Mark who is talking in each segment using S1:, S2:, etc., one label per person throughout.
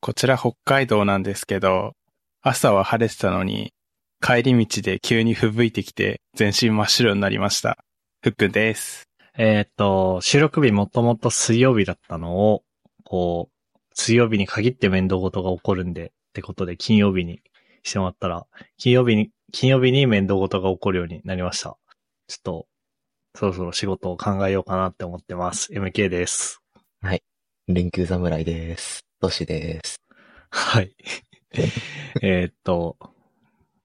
S1: こちら北海道なんですけど、朝は晴れてたのに、帰り道で急に吹雪いてきて、全身真っ白になりました。ふっくんです。
S2: えーっと、収録日もともと水曜日だったのを、こう、水曜日に限って面倒事が起こるんで、ってことで金曜日にしてもらったら、金曜日に、金曜日に面倒事が起こるようになりました。ちょっと、そろそろ仕事を考えようかなって思ってます。MK です。
S3: 連休侍です。トシです。
S2: はい。えーっと、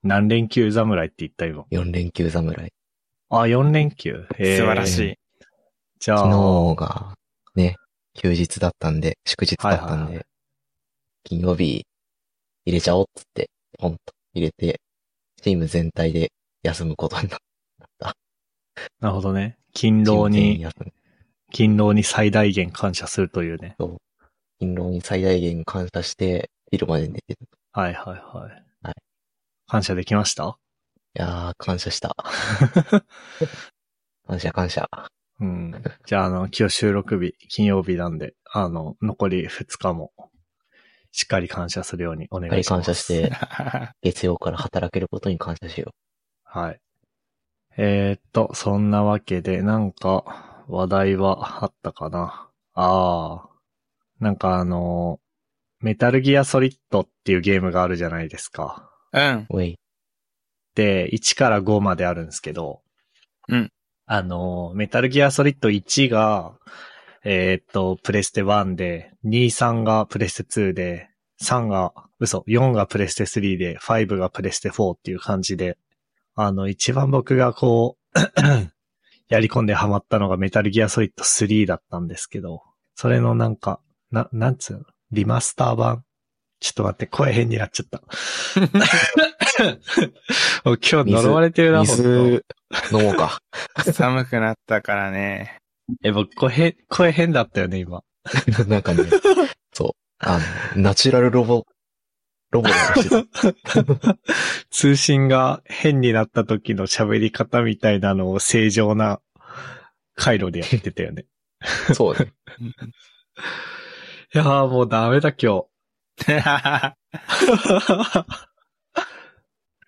S2: 何連休侍って言った今。
S3: 4連休侍。
S2: あ、4連休。
S1: 素
S2: えー
S1: 晴らしい。
S2: じゃあ、
S3: 昨日が、ね、休日だったんで、祝日だった
S2: はい
S3: ん
S2: はいは
S3: で、金曜日、入れちゃおうっつって、ポンと入れて、チーム全体で休むことになっ
S2: なるほどね。勤
S3: た。
S2: 労
S3: チーム全員
S2: に、
S3: 休む。
S2: 勤労に最大限感謝するというね。
S3: 勤労に最大限感謝して、昼まで寝てた。
S2: は
S3: い
S2: いはいはい。
S3: はい
S2: 感謝できました
S3: やー、感謝 した。感謝感謝。
S2: うん。じゃあ、あの、今日収録日、金曜日なんで、あの、残り2日も、しっかり感謝するようにお願
S3: やっぱ
S2: い
S3: り
S2: しま
S3: 感
S2: す。
S3: 謝し。て、月曜から働けることに感謝しよ
S2: はい。えー、っと、そんなわけで、なんか、話題はあったかな。あー。なんかあの、メタルギアソリッドっていうゲームがあるじゃないですか。
S1: うん。
S3: う。おい、
S2: で、1から5まであるんですけど、
S1: うん。
S2: あの、メタルギアソリッド1が、えーっと、プレステ1で、2、3がプレステ2で、3が、嘘、4がプレステ3で、5がプレステ4っていう感じで、あの、一番僕がこう、 やり込んでハマったのがメタルギアソリッド3だったんですけど、それのなんか、な、なんつうのリマスター版ちょっと待って、声変になっちゃった。 もう今日呪われてるな、ほんと
S3: 水、飲もうか。
S1: 寒くなったからね。
S2: え、僕、声、声変だったよね、今。
S3: なんかね、そう。あの、ナチュラルロボ、ロボがしてた。
S2: 通信が変になった時の喋り方みたいなのを正常な回路でやってたよね。
S3: そうね。
S2: いやーもうダメだ、今日。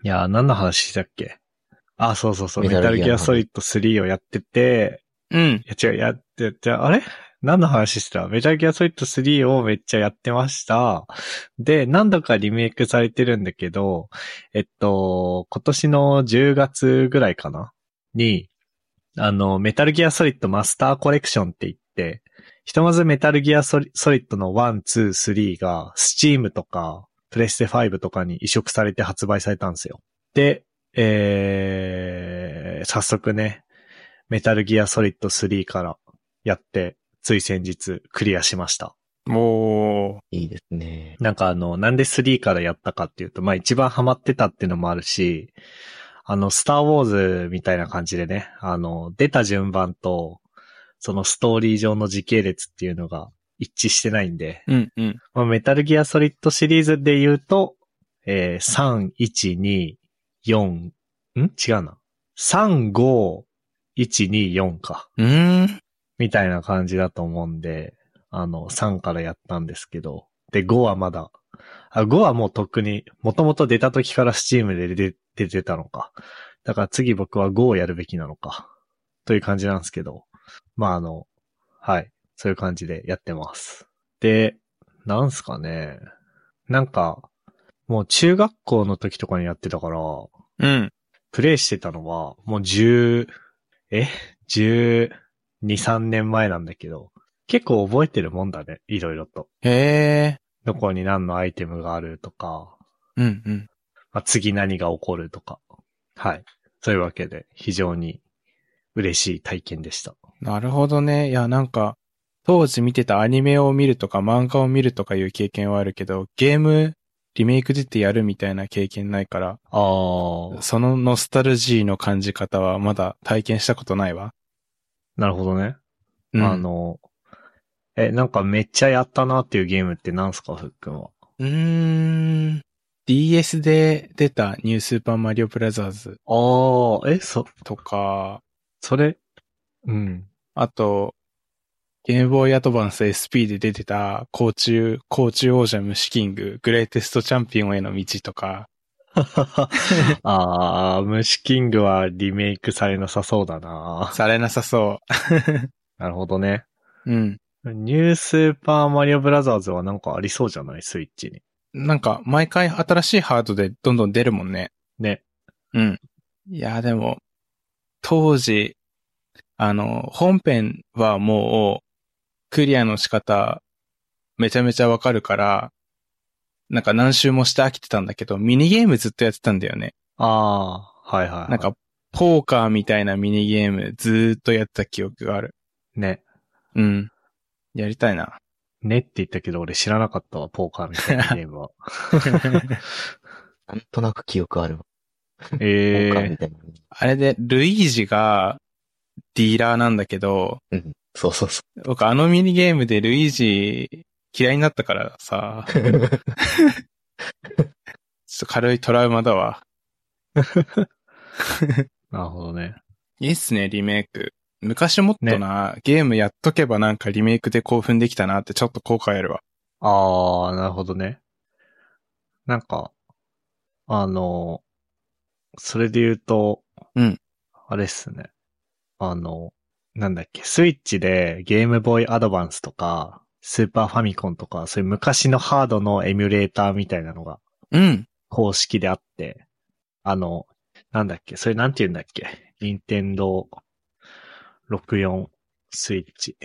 S2: いやー何の話したっけあ、そうそうそう、メ
S3: メタ
S2: タ
S3: ル
S2: ル
S3: ギア
S2: ギアソリッド3をやってて、
S1: うん。
S2: いや違う、やってて、あれ何の話してたメタルギアソリッド3をめっちゃやってました。で、何度かリメイクされてるんだけど、えっと、今年の10月ぐらいかなに、あの、メタルギアソリッドマスターコレクションって言って、ひとまずメタルギアソリソリッドの1、2、3が、スチームとか、プレステ5とかに移植されて発売されたんですよ。で、えー、早速ね、メタルギアソリッド3からやって、つい先日クリアしました。
S1: も
S3: いいですね。
S2: なんかあの、なんで3からやったかっていうと、まあ一番ハマってたっていうのもあるし、あの、スターウォーズみたいな感じでね、あの、出た順番と、そのストーリー上の時系列っていうのが一致してないんで、
S1: う、うんうん。
S2: まあ、メタルギアソリッドシリーズで言うと、えー、3、1、2、4、ん違うな。3、5、1、2、4か。
S1: うーん。
S2: みたいな感じだと思うんで、あの、3からやったんですけど、で、5はまだ、あ、5はもうとっくに、もともと出た時から Steam で出出てたのか。だから次僕は5をやるべきなのか。という感じなんですけど、まあ、あの、はい。そういう感じでやってます。で、なんすかね。なんか、もう中学校の時とかにやってたから、
S1: うん。
S2: プレイしてたのは、もう10、え ?12、3年前なんだけど、結構覚えてるもんだね、いろいろと。
S1: へえ。
S2: どこに何のアイテムがあるとか、
S1: うんうん。
S2: まあ、次何が起こるとか。はい。そういうわけで、非常に嬉しい体験でした。
S1: なるほどね。いや、なんか、当時見てたアニメを見るとか漫画を見るとかいう経験はあるけど、ゲーム、リメイク出てやるみたいな経験ないから、
S2: あー、
S1: そのノスタルジーの感じ方はまだ体験したことないわ。
S2: なるほどね。
S1: うん、
S2: あの、え、なんかめっちゃやったなっていうゲームって何すか、ふっくんは。
S1: うーん。DS で出たニュースーパーマリオブラザーズ
S2: あー、え、そ、
S1: とか、
S2: それ、うん。
S1: あと、ゲームボーイアドバンス SP で出てた、甲虫、甲虫王者虫キング、グレイテストチャンピオンへの道とか、
S2: あー、虫キングはリメイクされなさそうだな
S1: されなさそ
S2: なるほどね。
S1: う。うん。
S2: ニュースーパーマリオブラザーズはなんかありそうじゃないスイッチに。
S1: なんか、毎回新しいハードでどんどん出るもんね。
S2: ね。
S1: うん。いや、でも、当時、あの、本編はもう、クリアの仕方、めちゃめちゃわかるから、なんか何周もして飽きてたんだけど、ミニゲームずっとやってたんだよね。
S2: あー、はいはい、はい。
S1: なん、か、ポーカーみたいなミニゲームずーっとやってた記憶がある。
S2: ね。
S1: うん。やりたいな。
S2: ねって言ったけど俺知らなかったわ、ポーカーみたいなゲーム は。
S3: なんとなく記憶あるわ。
S2: え
S3: ポーカーみ
S2: ー、
S3: たいな。
S1: あれで、ルイージが、ディーラーなんだけど、
S3: うん。そうそうそ
S1: 僕あのミニゲームでルイージ嫌いになったからさ、
S3: う。
S1: ちょっと軽いトラウマだわ。
S2: なるほどね。
S1: いいっすね、リメイク。昔もっとな、ゲームやっとけばなんかリメイクで興奮できたなってちょっと後悔あるわ。
S2: あー、なるほどね。なんか、あの、それで言うと、
S1: うん。
S2: あれっすね。あの、なんだっけ、スイッチでゲームボーイアドバンスとか、スーパーファミコンとか、そういう昔のハードのエミュレーターみたいなのが
S1: うん。
S2: 公式であって、あの、なんだっけ、それなんて言うんだっけ、ニンテンドー64スイッチ。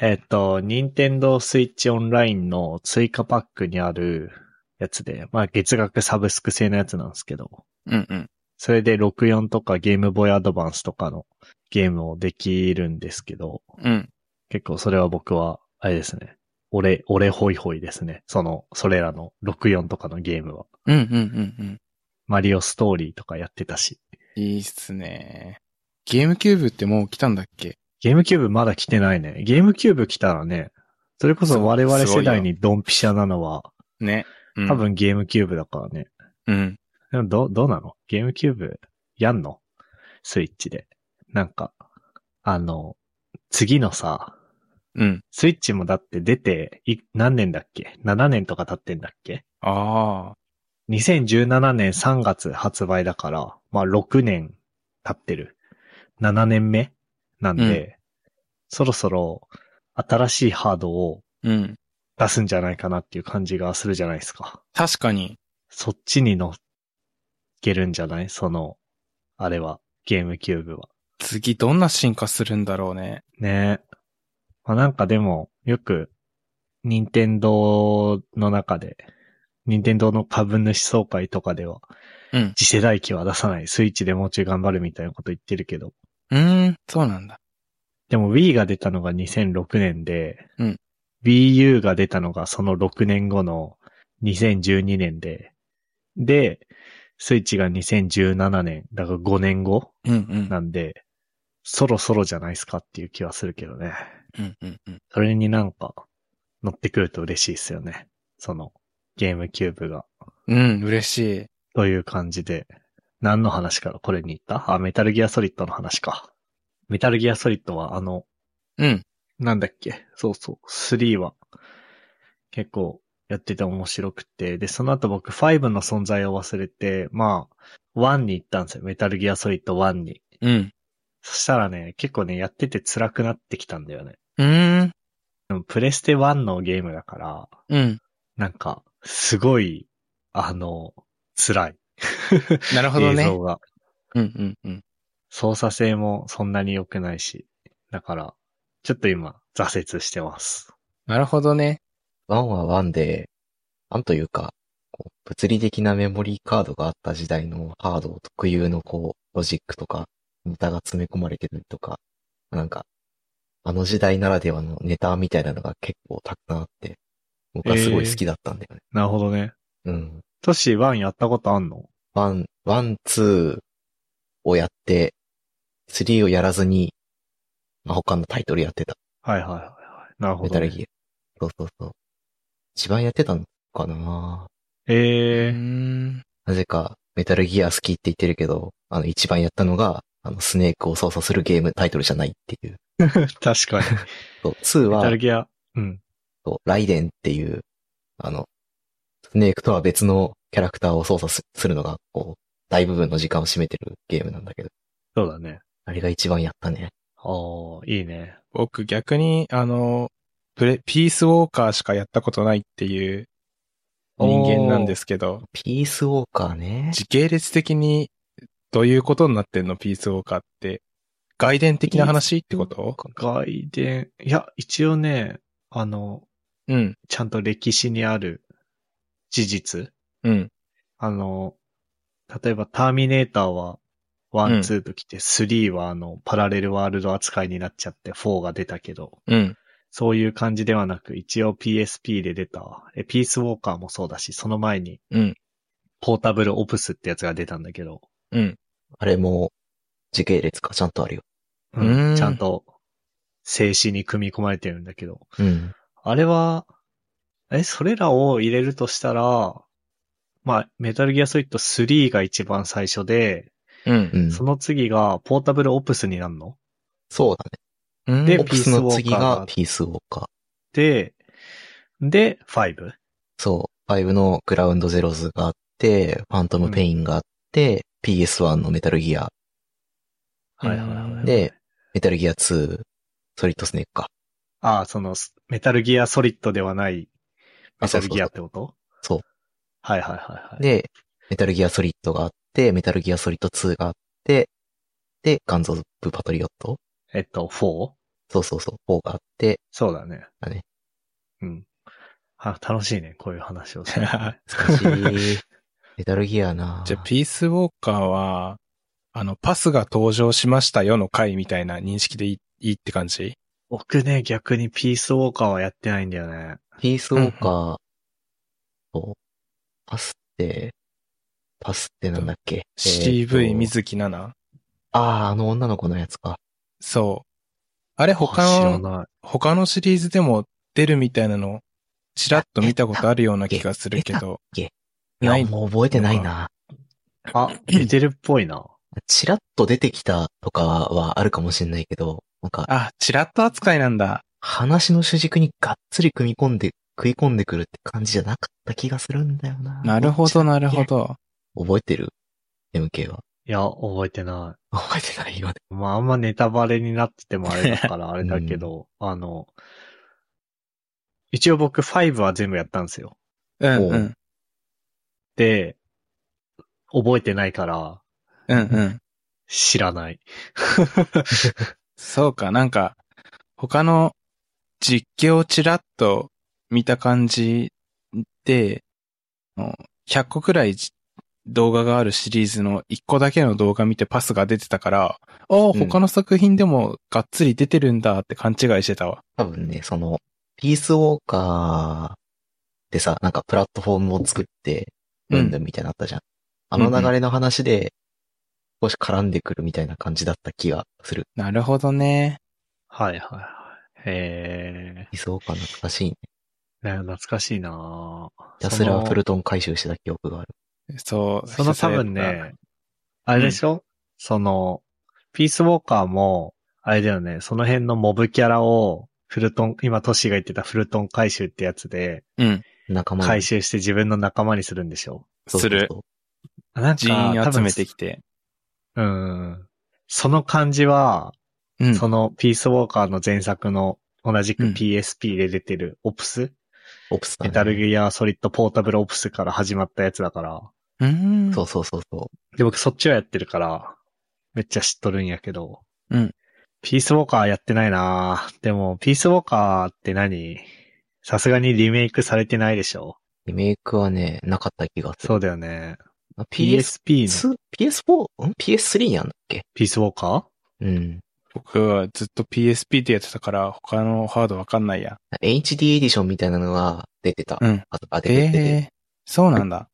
S2: えっ、と、ニンテンドースイッチオンラインの追加パックにあるやつで、まあ月額サブスク制のやつなんですけど、
S1: うんうん。
S2: それで64とかゲームボーイアドバンスとかのゲームをできるんですけど、
S1: うん。
S2: 結構それは僕は、あれですね。俺、俺ホイホイですね。その、それらの64とかのゲームは。
S1: うんうんうんうん。
S2: マリオストーリーとかやってたし。
S1: いいっすね。ゲームキューブってもう来たんだっけ
S2: ゲームキューブまだ来てないね。ゲームキューブ来たらね、それこそ我々
S1: そうすご
S2: 世
S1: いよ
S2: 代にドンピシャなのは、
S1: ね。うん
S2: 多。分ゲームキューブだからね。
S1: うん。
S2: でもど、どうなのゲームキューブやんのスイッチで。なんか、あの、次のさ、
S1: うん。
S2: スイッチもだって出てい、何年だっけ ?7 年とか経ってんだっけ
S1: ああ。
S2: ?2017 年3月発売だから、まあ6年経ってる。7年目なんで、そろそろ新しいハードを
S1: うん。
S2: 出すんじゃないかなっていう感じがするじゃないですか。
S1: 確かに。
S2: そっちに乗っけるんじゃないその、あれは、ゲームキューブは。
S1: 次どんな進化するんだろうね。
S2: ねえ。まあなんかでも、よく、任天堂の中で、任天堂の株主総会とかでは、
S1: うん。
S2: 次世代機は出さない、スイッチでもうちょい頑張るみたいなこと言ってるけど、
S1: うーん、そうなんだ。
S2: でも Wii が出たのが2006年で、
S1: うん、
S2: Wii U が出たのがその6年後の2012年で、で、スイッチが2017年、だから5年後
S1: うんうん。
S2: なんで、そろそろじゃないですかっていう気はするけどね。
S1: うんうんうん。
S2: それになんか乗ってくると嬉しいですよね。そのゲームキューブが。
S1: うん、嬉しい。
S2: という感じで。何の話からこれに行ったあ、メタルギアソリッドの話か。メタルギアソリッドはあの、
S1: うん。
S2: なんだっけそうそう。3は結構やってて面白くて。で、その後僕5の存在を忘れて、まあ、1に行ったんですよ。メタルギアソリッド1に。
S1: うん。
S2: そしたらね、結構ね、やってて辛くなってきたんだよね。
S1: うーん。
S2: でもプレステ1のゲームだから、
S1: うん。
S2: なんか、すごい、あの、辛い。
S1: なるほど
S2: 映
S1: ね
S2: 像。が。
S1: うんうんうん。
S2: 操作性もそんなに良くないし。だから、ちょっと今、挫折してます。
S1: なるほどね。
S3: ワンはワンで、なんというか、こう物理的なメモリーカードがあった時代のハード特有のこう、ロジックとか、ネタが詰め込まれてるとか、なんか、あの時代ならではのネタみたいなのが結構たくさんあって、僕はすごい好きだったんだよね。
S2: なるほどね。
S3: うん。
S2: トシ1やったことあんの
S3: ワン、ワン、ツーをやって、スリーをやらずに、まあ、他のタイトルやってた。
S2: はいはいはいはい。なるほ
S3: メ
S2: ど、
S3: タル
S2: ね。
S3: ギア。そうそうそう。一番やってたのかな
S1: うー
S2: えー、
S1: ん。
S3: なぜか、メタルギア好きって言ってるけど、あの、一番やったのが、あの、スネークを操作するゲームタイトルじゃないっていう。
S2: 確かに。
S3: そう2
S2: メタ
S3: は
S2: ル、ギア。うん。
S3: そうライデンっていう、あの、スネークとは別のキャラクターを操作すするのが、こう、大部分の時間を占めてるゲームなんだけど、
S2: そうだね。
S3: あれが一番やったね。
S2: おー、いいね。
S1: 僕逆に、あの、プレ、ピースウォーカーしかやったことないっていう人間なんですけど、
S3: ピースウォーカーね。
S1: 時系列的にどういうことになってんのピースウォーカーって。外伝的な話ってこと
S2: 外伝、いや、一応ね、あの、
S1: うん、
S2: ちゃんと歴史にある事実。
S1: うん、
S2: あの、例えばターミネーターは、ワ
S1: うん
S2: ン、ツーと来て、スリーはあの、パラレルワールド扱いになっちゃって、フォーが出たけど、
S1: うん、
S2: そういう感じではなく、一応 PSP で出た、えピースウォーカーもそうだし、その前に、
S1: うん、
S2: ポータブルオプスってやつが出たんだけど、
S1: うん。
S3: あれも、時系列か、ちゃんとあるよ。
S1: うーん
S2: ちゃんと、静止に組み込まれてるんだけど、
S3: うん。
S2: あれは、え、それらを入れるとしたら、まあ、メタルギアソリッド3が一番最初で、
S1: うん
S3: う。ん。
S2: そ
S3: そ
S2: の次がポータブルオプスになるの
S3: うだね。
S1: うん
S2: で
S3: オプスの次が
S2: ピ
S3: ピースウォーカー。
S2: で、で、5?
S3: そう。5のグラウンドゼロズがあって、ファントムペインがあって、PS1 のメタルギア、
S2: はいはいは
S1: うん
S2: い。
S3: で、メタルギア2、ソリッドスネークか。
S2: ああ、その、スメタルギアソリッドではない、
S3: あ
S2: メ
S3: そ
S2: タル
S3: うそうそう
S2: ギアってこと
S3: そう
S2: はいはいはいはい。
S3: で、メタルギアソリッドがあって、メタルギアソリッド2があって、で、ガンズ・オブ・パトリオット
S2: えっと、4?
S3: そうそうそう、4があ って、
S2: そうだね。
S3: だね。
S2: うん。あ、楽しいね、こういう話をするのね、
S3: 難しい。メタルギアなぁ
S1: じゃあ、ピースウォーカーは、あの、パスが登場しましたよの回みたいな認識でいいいいって感じ
S2: 僕ね、逆にピースウォーカーはやってないんだよね。
S3: ピースウォーカーと、パスって、パスってなんだっけ
S1: ?CV
S3: 水。
S1: 水木奈々
S3: ああ、あの女の子のやつか。
S1: そう。あれ
S2: あ
S1: 他
S2: 知
S1: の、
S2: らない。
S1: 他のシリーズでも出るみたいなの、ちらっと見たことあるような気がするけど。
S3: い
S1: ない
S3: や、もう覚えてないな。
S2: あ、似てるっぽいな。
S3: チラッと出てきたとかはあるかもしれないけど、なんか、
S1: あ、ちらっと扱いなんだ。
S3: 話の主軸にがっつり組み込んで、食い込んでくるって感じじゃなかった気がするんだよな。
S1: なるほど、なるほ
S3: どっちだ
S1: ど。
S3: っけ。覚えてる ?MK は。
S2: いや、覚えてない。
S3: 覚えてないよね。
S2: まあ、あんまネタバレになっててもあれだ からあれだけど、あの、一応僕5は全部やったんですよ。
S1: うん
S3: おう
S1: うん。
S2: で、覚えてないから
S1: うんうん。
S2: 知らない。
S1: そうか、なんか、他の実況をちらっと見た感じで、あの100個くらいじ動画があるシリーズの1個だけの動画見てパスが出てたから、ああ、
S3: ん
S1: 他の作品でもがっつり出てるんだって勘違いしてたわ。
S3: 多分ね、その、ピースウォーカーでさ、なんかプラットフォームを作って、
S1: うん
S3: うんぬんみたいなのあったじゃん。あの流れの話で、少し絡んでくるみたいな感じだった気がする。
S1: なるほどね。
S2: はいはいはい。へ
S3: ピースウォーカー懐かしいね。
S2: え、ね懐かしいな
S3: ひたすら
S2: その
S3: プルトン回収してた記憶がある。
S1: そう。
S2: その多分ね、あれでしょ、その、ピースウォーカーも、あれだよね、その辺のモブキャラを、フルトン、今トシが言ってたフルトン回収ってやつで、
S1: うん。
S3: 仲間
S2: 回収して自分の仲間にするんでしょ、
S3: そう
S1: す
S3: そうそう
S1: る。
S2: なんか、
S1: 人員集めて
S2: 多
S1: きて。
S2: 分うん。その感じは、
S1: うん。
S2: そのピースウォーカーの前作の同じく
S1: うん
S2: PSP で出てるオプス、
S3: オプスだね
S2: メタルギアソリッドポータブルオプスから始まったやつだから、
S1: うーん。
S3: そうそうそうそう。
S2: で、僕そっちはやってるから、めっちゃ知っとるんやけど。
S1: うん。
S2: ピースウォーカーやってないなでも、ピースウォーカーって何さすがにリメイクされてないでしょ
S3: リメイクはね、なかった気がする。
S2: そうだよね。
S3: あ PS2、
S2: PSP の
S3: PS4? ん ?PS3 にあんだっけ
S2: ピースウォーカ
S3: うん。
S1: 僕はずっと PSP でやってたから、他のハードわかんないや。
S3: HD エディションみたいなのが出てた。
S1: うん。
S3: あと、あ、出
S1: え
S3: てて、
S1: えそうなんだ。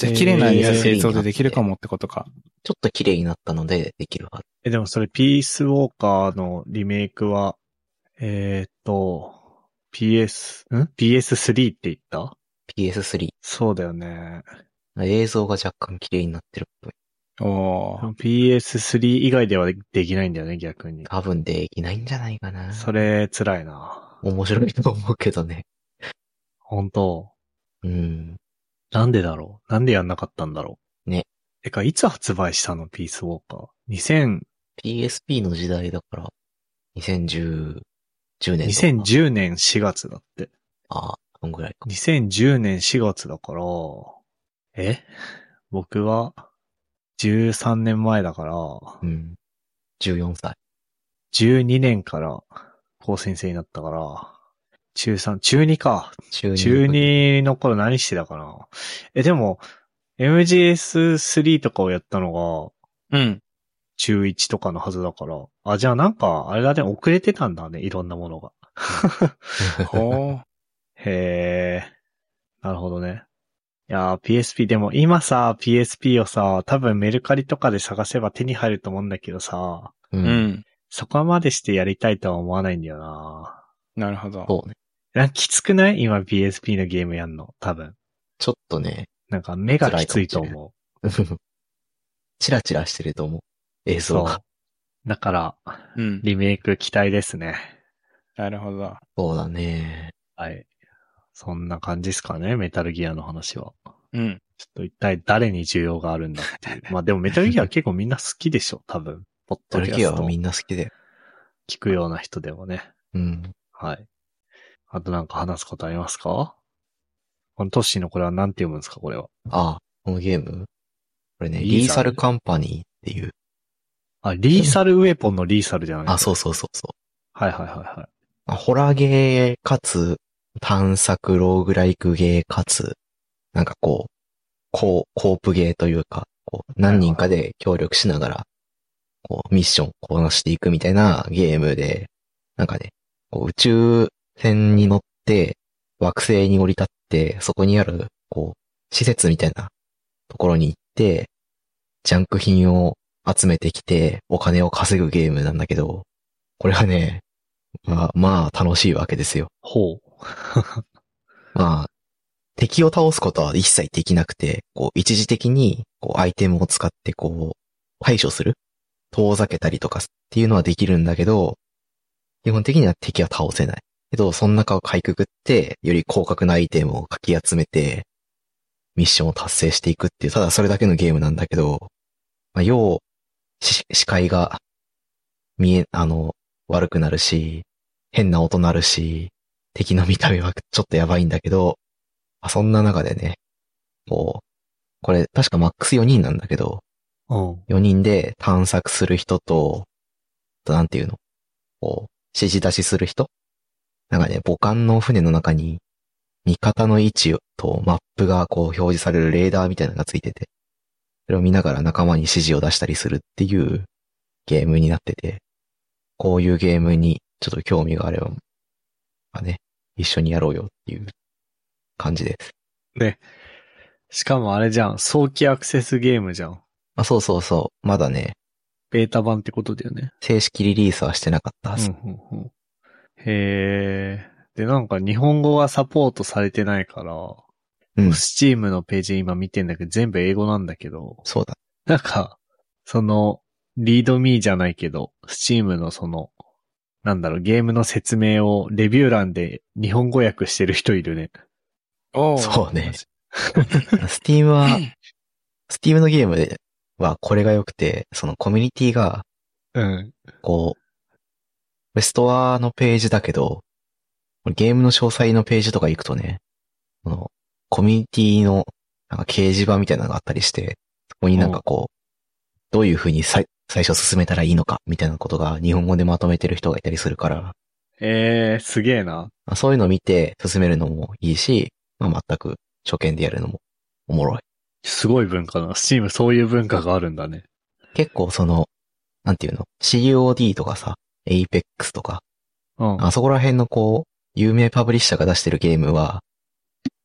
S1: じゃあ、
S2: えー
S1: 綺麗な
S2: えー
S1: 映像でできるかもってことか。
S3: ちょっと綺麗になったのでできるはず。
S2: ーえ、でもそれピースウォーカーのリメイクは、えーっと、PS、ん ?PS3 って言った
S3: PS3。
S2: そうだよね。
S3: 映像が若干綺麗になってるっぽい。
S1: おー
S2: PS3 以外ではできないんだよね、逆に。
S3: 多分できないんじゃないかな。
S2: それ、辛いな。
S3: 面白いと思うけどね。
S2: 本当
S3: うん。
S2: なんでだろうなんでやんなかったんだろう
S3: ね。
S2: てか、いつ発売したのピースウォーカー。
S3: PSP の時代だから、2010 10
S2: 2000、
S3: 年とか。
S2: 2010年4月だって。
S3: ああ、そんぐらいか。
S2: 2010年4月だから、え僕は13年前だから、
S3: うん。14歳。
S2: 12年から高専生になったから、中3、中2か。
S3: 中二
S2: 中2の頃何してたかな。え、でも、MGS3 とかをやったのが
S1: うん。
S2: 中1とかのはずだから、あ、じゃあなんか、あれだね、遅れてたんだね、いろんなものが。
S1: ほー。
S2: へえ、なるほどね。いやー PSP、でも今さ、PSP をさ、多分メルカリとかで探せば手に入ると思うんだけどさ、
S3: う。
S1: うんん。
S2: そこまでしてやりたいとは思わないんだよな
S1: なるほど。
S3: そうね。
S2: なんかきつくない今 PSP のゲームやんの、多分。
S3: ちょっとね、
S2: なんか目がきついと思
S3: チラチラしてると思う。映
S2: う。
S3: 像
S2: そ
S3: が。
S2: う。だから、
S1: うん。
S2: リメイク期待ですね。
S1: なるほど。
S3: そうだね。
S2: はい。そんな感じですかね、メタルギアの話は。
S1: うん。
S2: ちょっと一体誰に需要があるんだって いう。まあでもメタルギア結構みんな好きでしょ、多分。ポッ
S3: ド
S2: ド
S3: ル
S2: キャ
S3: キア
S2: ス
S3: は
S2: ト
S3: みんな好きだよ。
S2: 聞くような人でもね。
S3: うん。
S2: はい。あとなんか話すことありますかこのトッシーのこれは何て読むんですかこれは。
S3: ああ、このゲームこれね、
S2: リ
S3: リ
S2: ー
S3: ー
S2: サ
S3: サ
S2: ル
S3: ルカンパニーっていう。
S2: あ、リーサルウェポンのリーサルじゃない。
S3: あ、そううそうそうそう。
S2: はいはいはいはい。
S3: まあホラーゲーかつ、探索ローグライクゲーかつ、なんかこう、こう、コープゲーというか、こう、何人かで協力しながら、こう、ミッションこなしていくみたいなゲームで、なんかね、こう宇宙船に乗って、惑星に降り立って、そこにある、こう、施設みたいなところに行って、ジャンク品を集めてきて、お金を稼ぐゲームなんだけど、これはね、まあ、まあ、楽しいわけですよ。
S2: ほう。
S3: まあ、敵を倒すことは一切できなくて、こう、一時的に、こう、アイテムを使って、こう、対処する遠ざけたりとかっていうのはできるんだけど、基本的には敵は倒せない。けど、その中をかいくぐって、より広角なアイテムをかき集めて、ミッションを達成していくっていう、ただそれだけのゲームなんだけど、まあ、要、し視界が、見え、あの、悪くなるし、変な音なるし、敵の見た目はちょっとやばいんだけど、まあそんな中でね、こう、これ確かマックス4人なんだけど、
S2: うん。
S3: 4人で探索する人と、あとなんていうのこう、指示出しする人なんかね、母艦の船の中に、味方の位置とマップがこう表示されるレーダーみたいなのがついてて、それを見ながら仲間に指示を出したりするっていうゲームになってて、こういうゲームにちょっと興味があれば、まあね、一緒にやろうよっていう感じです。
S2: しかもあれじゃん。早期アクセスゲームじゃん。
S3: あ、そうそうそう。まだね、
S2: ベータ版ってことだよね。
S3: 正式リリースはしてなかったは
S2: うん
S3: ず。
S2: うんうん。へえ。で、なんか日本語はサポートされてないから、
S3: うん
S2: スチームのページ今見てんだけど、全部英語なんだけど、
S3: そうだ。
S2: なんか、その、リードミーじゃないけど、スチームのその、なんだろう、ゲームの説明をレビュー欄で日本語訳してる人いるね。
S1: おー
S3: そうね。スティームは、スティームのゲームではこれが良くて、そのコミュニティが、
S2: うん。
S3: こう、これストアのページだけど、これゲームの詳細のページとか行くとね、このコミュニティのなんか掲示板みたいなのがあったりして、そこになんかこう、どういう風にさい最初進めたらいいのかみたいなことが日本語でまとめてる人がいたりするから、
S2: えー、すげえな。
S3: まあそういうのを見て進めるのもいいし、まあ、全く初見でやるのもおもろい。
S2: すごい文化だな。スチームそういう文化があるんだね。
S3: 結構その、なんていうの ?COD とかさ、Apex とか、
S2: うん。
S3: あそこら辺のこう、有名パブリッシャーが出してるゲームは、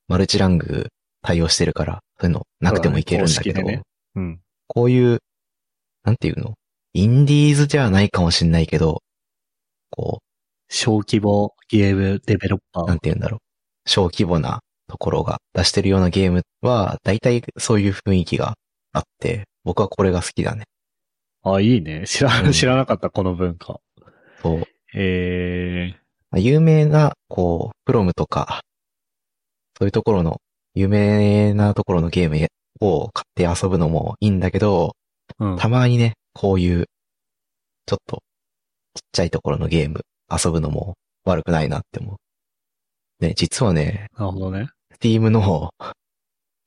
S3: マルチラング対応してるから、そういうのなくてもいけるんだ
S2: そ
S3: けど、
S2: うだね公式でねうん。
S3: こういう、なんていうのインディーズではないかもしんないけど、こ
S2: 小規模ゲームデベロッパ
S3: う、な
S2: ー
S3: ん。ていうんだろう。小規模なところが出してるようなゲームは、だいたいそういう雰囲気があって、僕はこれが好きだね。
S2: あ、いいね。知
S3: う
S2: ら、
S3: ん
S2: 知らなかった、この文化。
S3: そう。
S2: え
S3: まあ有名な、こう、プロムとか、そういうところの、有名なところのゲームを買って遊ぶのもいいんだけど、
S2: ー、うん。
S3: たまにね、こういう、ちょっと、ちっちゃいところのゲーム遊ぶのも悪くないなって思う。ね、実はね、
S2: なるほどね。
S3: Steam の、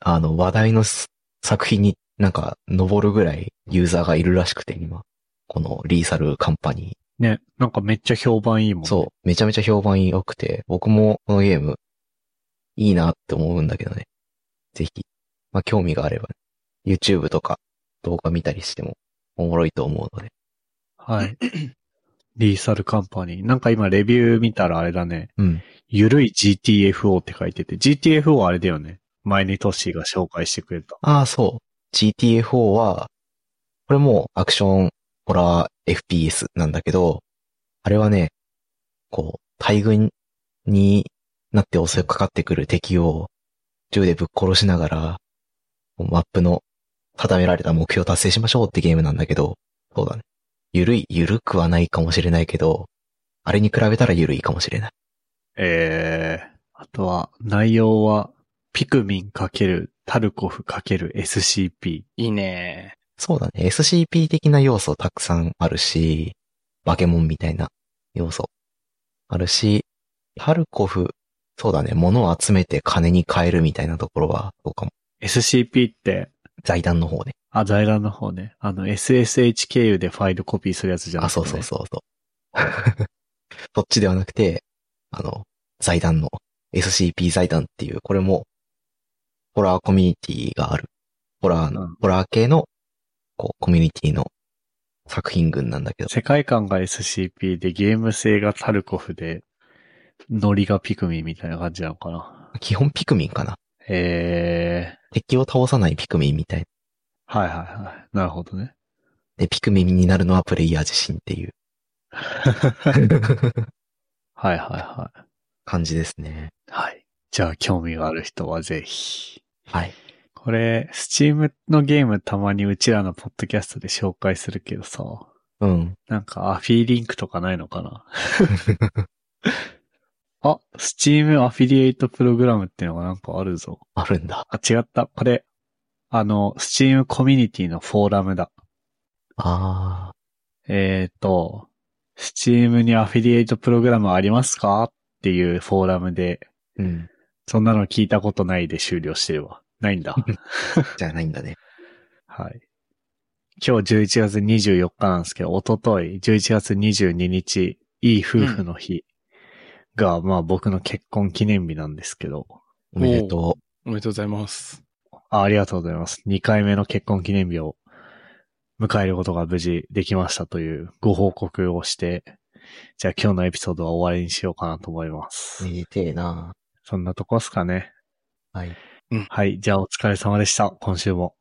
S3: あの、話題のす作品になんか、登るぐらいユーザーがいるらしくて、今。このリーサルカンパニー。
S2: ね、なんかめっちゃ評判いいもん、ね。
S3: そう。めちゃめちゃ評判良くて、僕もこのゲーム、いいなって思うんだけどね。ぜひ、まあ、興味があれば、ね、YouTube とか動画見たりしても、おもろいと思うので。
S2: はい。リーサルカンパニー。なんか今レビュー見たらあれだね。
S3: うん。
S2: ゆるい GTFO って書いてて。GTFO あれだよね。前にトッシーが紹介してくれた。
S3: ああ、そう。GTFO は、これもうアクション、ホラー、FPS なんだけど、あれはね、こう、大軍になって襲いかかってくる敵を銃でぶっ殺しながら、こうマップの定められた目標を達成しましょうってゲームなんだけど、そうだね。ゆるい、ゆるくはないかもしれないけど、あれに比べたらゆるいかもしれない。
S2: えー、あとは内容はピクミン×タルコフ ×SCP。
S1: いいね。
S3: そうだね。SCP 的な要素たくさんあるし、バケモンみたいな要素あるし、タルコフ、そうだね。物を集めて金に換えるみたいなところは、そうかも。
S2: SCP って、
S3: 財団の方ね。
S2: あ、財団の方ね。あの SSH 経由でファイルコピーするやつじゃな
S3: あ、
S2: くて、
S3: そ
S2: ね。
S3: うそうそうそう。 そっちではなくて、あの、財団の SCP 財団っていう、これも、ホラーコミュニティがある。ホラーの、
S2: うん
S3: ホラー系の、こう、コミュニティの作品群なんだけど。
S2: 世界観が SCP でゲーム性がタルコフで、ノリがピクミンみたいな感じなのかな。
S3: 基本ピクミンかな。
S2: えー、
S3: 敵を倒さないピクミンみたいな。
S2: はいはいはい。なるほどね。
S3: で、ピクミンになるのはプレイヤー自身っていう
S2: はいはいはい。
S3: 感じですね。
S2: はい。じゃあ興味がある人はぜひ。
S3: はい。
S2: これ、スチームのゲームたまにうちらのポッドキャストで紹介するけどさ、
S3: うん。
S2: なんかアフィリンクとかないのかな あ、スチームアフィリエイトプログラムっていうのがなんかあるぞ。
S3: あるんだ。
S2: あ、違った。これ、あの、スチームコミュニティのフォーラムだ。
S3: あ
S2: えっ、と、スチームにアフィリエイトプログラムありますかっていうフォーラムで、
S3: ー。うん。
S2: そんなの聞いたことないで終了してるわ。ないんだ。
S3: じゃないんだね。
S2: はい。今日11月24日なんですけど、おととい11月22日、いい夫婦の日が、まあ僕の結婚記念日なんですけど、
S3: おめでと
S1: おめでとうございます。
S2: あありがとうございます。2回目の結婚記念日を迎えることが無事できましたというご報告をして、じゃあ今日のエピソードは終わりにしようかなと思いま
S3: う。
S2: す
S3: め。でてえな。
S2: そんなとこですかね。
S3: はい。
S2: はい。じゃあお疲れ様でした。今週も。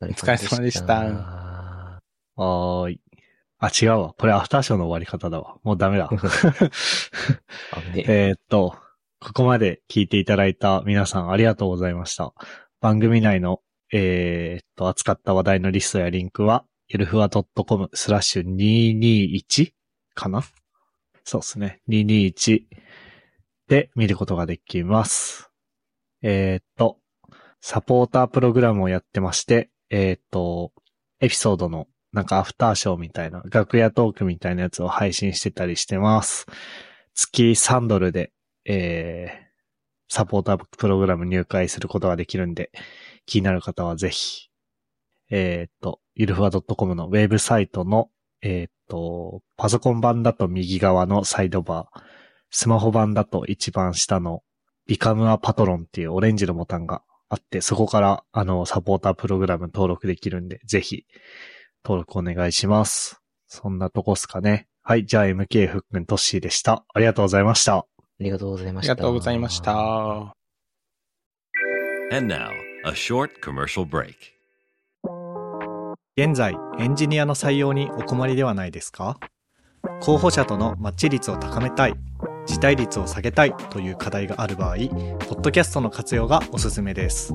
S3: お
S1: 疲れ様でした
S3: た。
S2: はーい。あ、違うわ。これアフターショーの終わり方だわ。もうダメだ。
S3: あぶねえ
S2: えーっと、ここまで聞いていただいた皆さんありがとうございました。番組内の、えーっと、扱った話題のリストやリンクは、ゆるふわ .com スラッシュ221かなそうですね。221で見ることができます。えーっと、サポータープログラムをやってまして、えーっと、エピソードのなんかアフターショーみたいな、楽屋トークみたいなやつを配信してたりしてます。月3ドルで、えー、サポータープログラム入会することができるんで、気になる方はぜひ、えーっと、ゆるふわ .com のウェブサイトの、えーっと、パソコン版だと右側のサイドバー、スマホ版だと一番下の Become a Patron っていうオレンジのボタンがあって、そこから、あの、サポータープログラム登録できるんで、ぜひ、登録お願いします。そんなとこっすかね。はい、じゃあ MK ふっくんトッシーでした。ありがとうございました。
S3: ありがとうござい
S1: あ
S3: ま
S1: り
S3: した。
S1: がとうございました。
S4: And now, a short commercial break.
S5: 現在エンジニアの採用にお困りではないですか候補者とのマッチ率を高めたい辞退率を下げたいという課題がある場合ポッドキャストの活用がおすすめです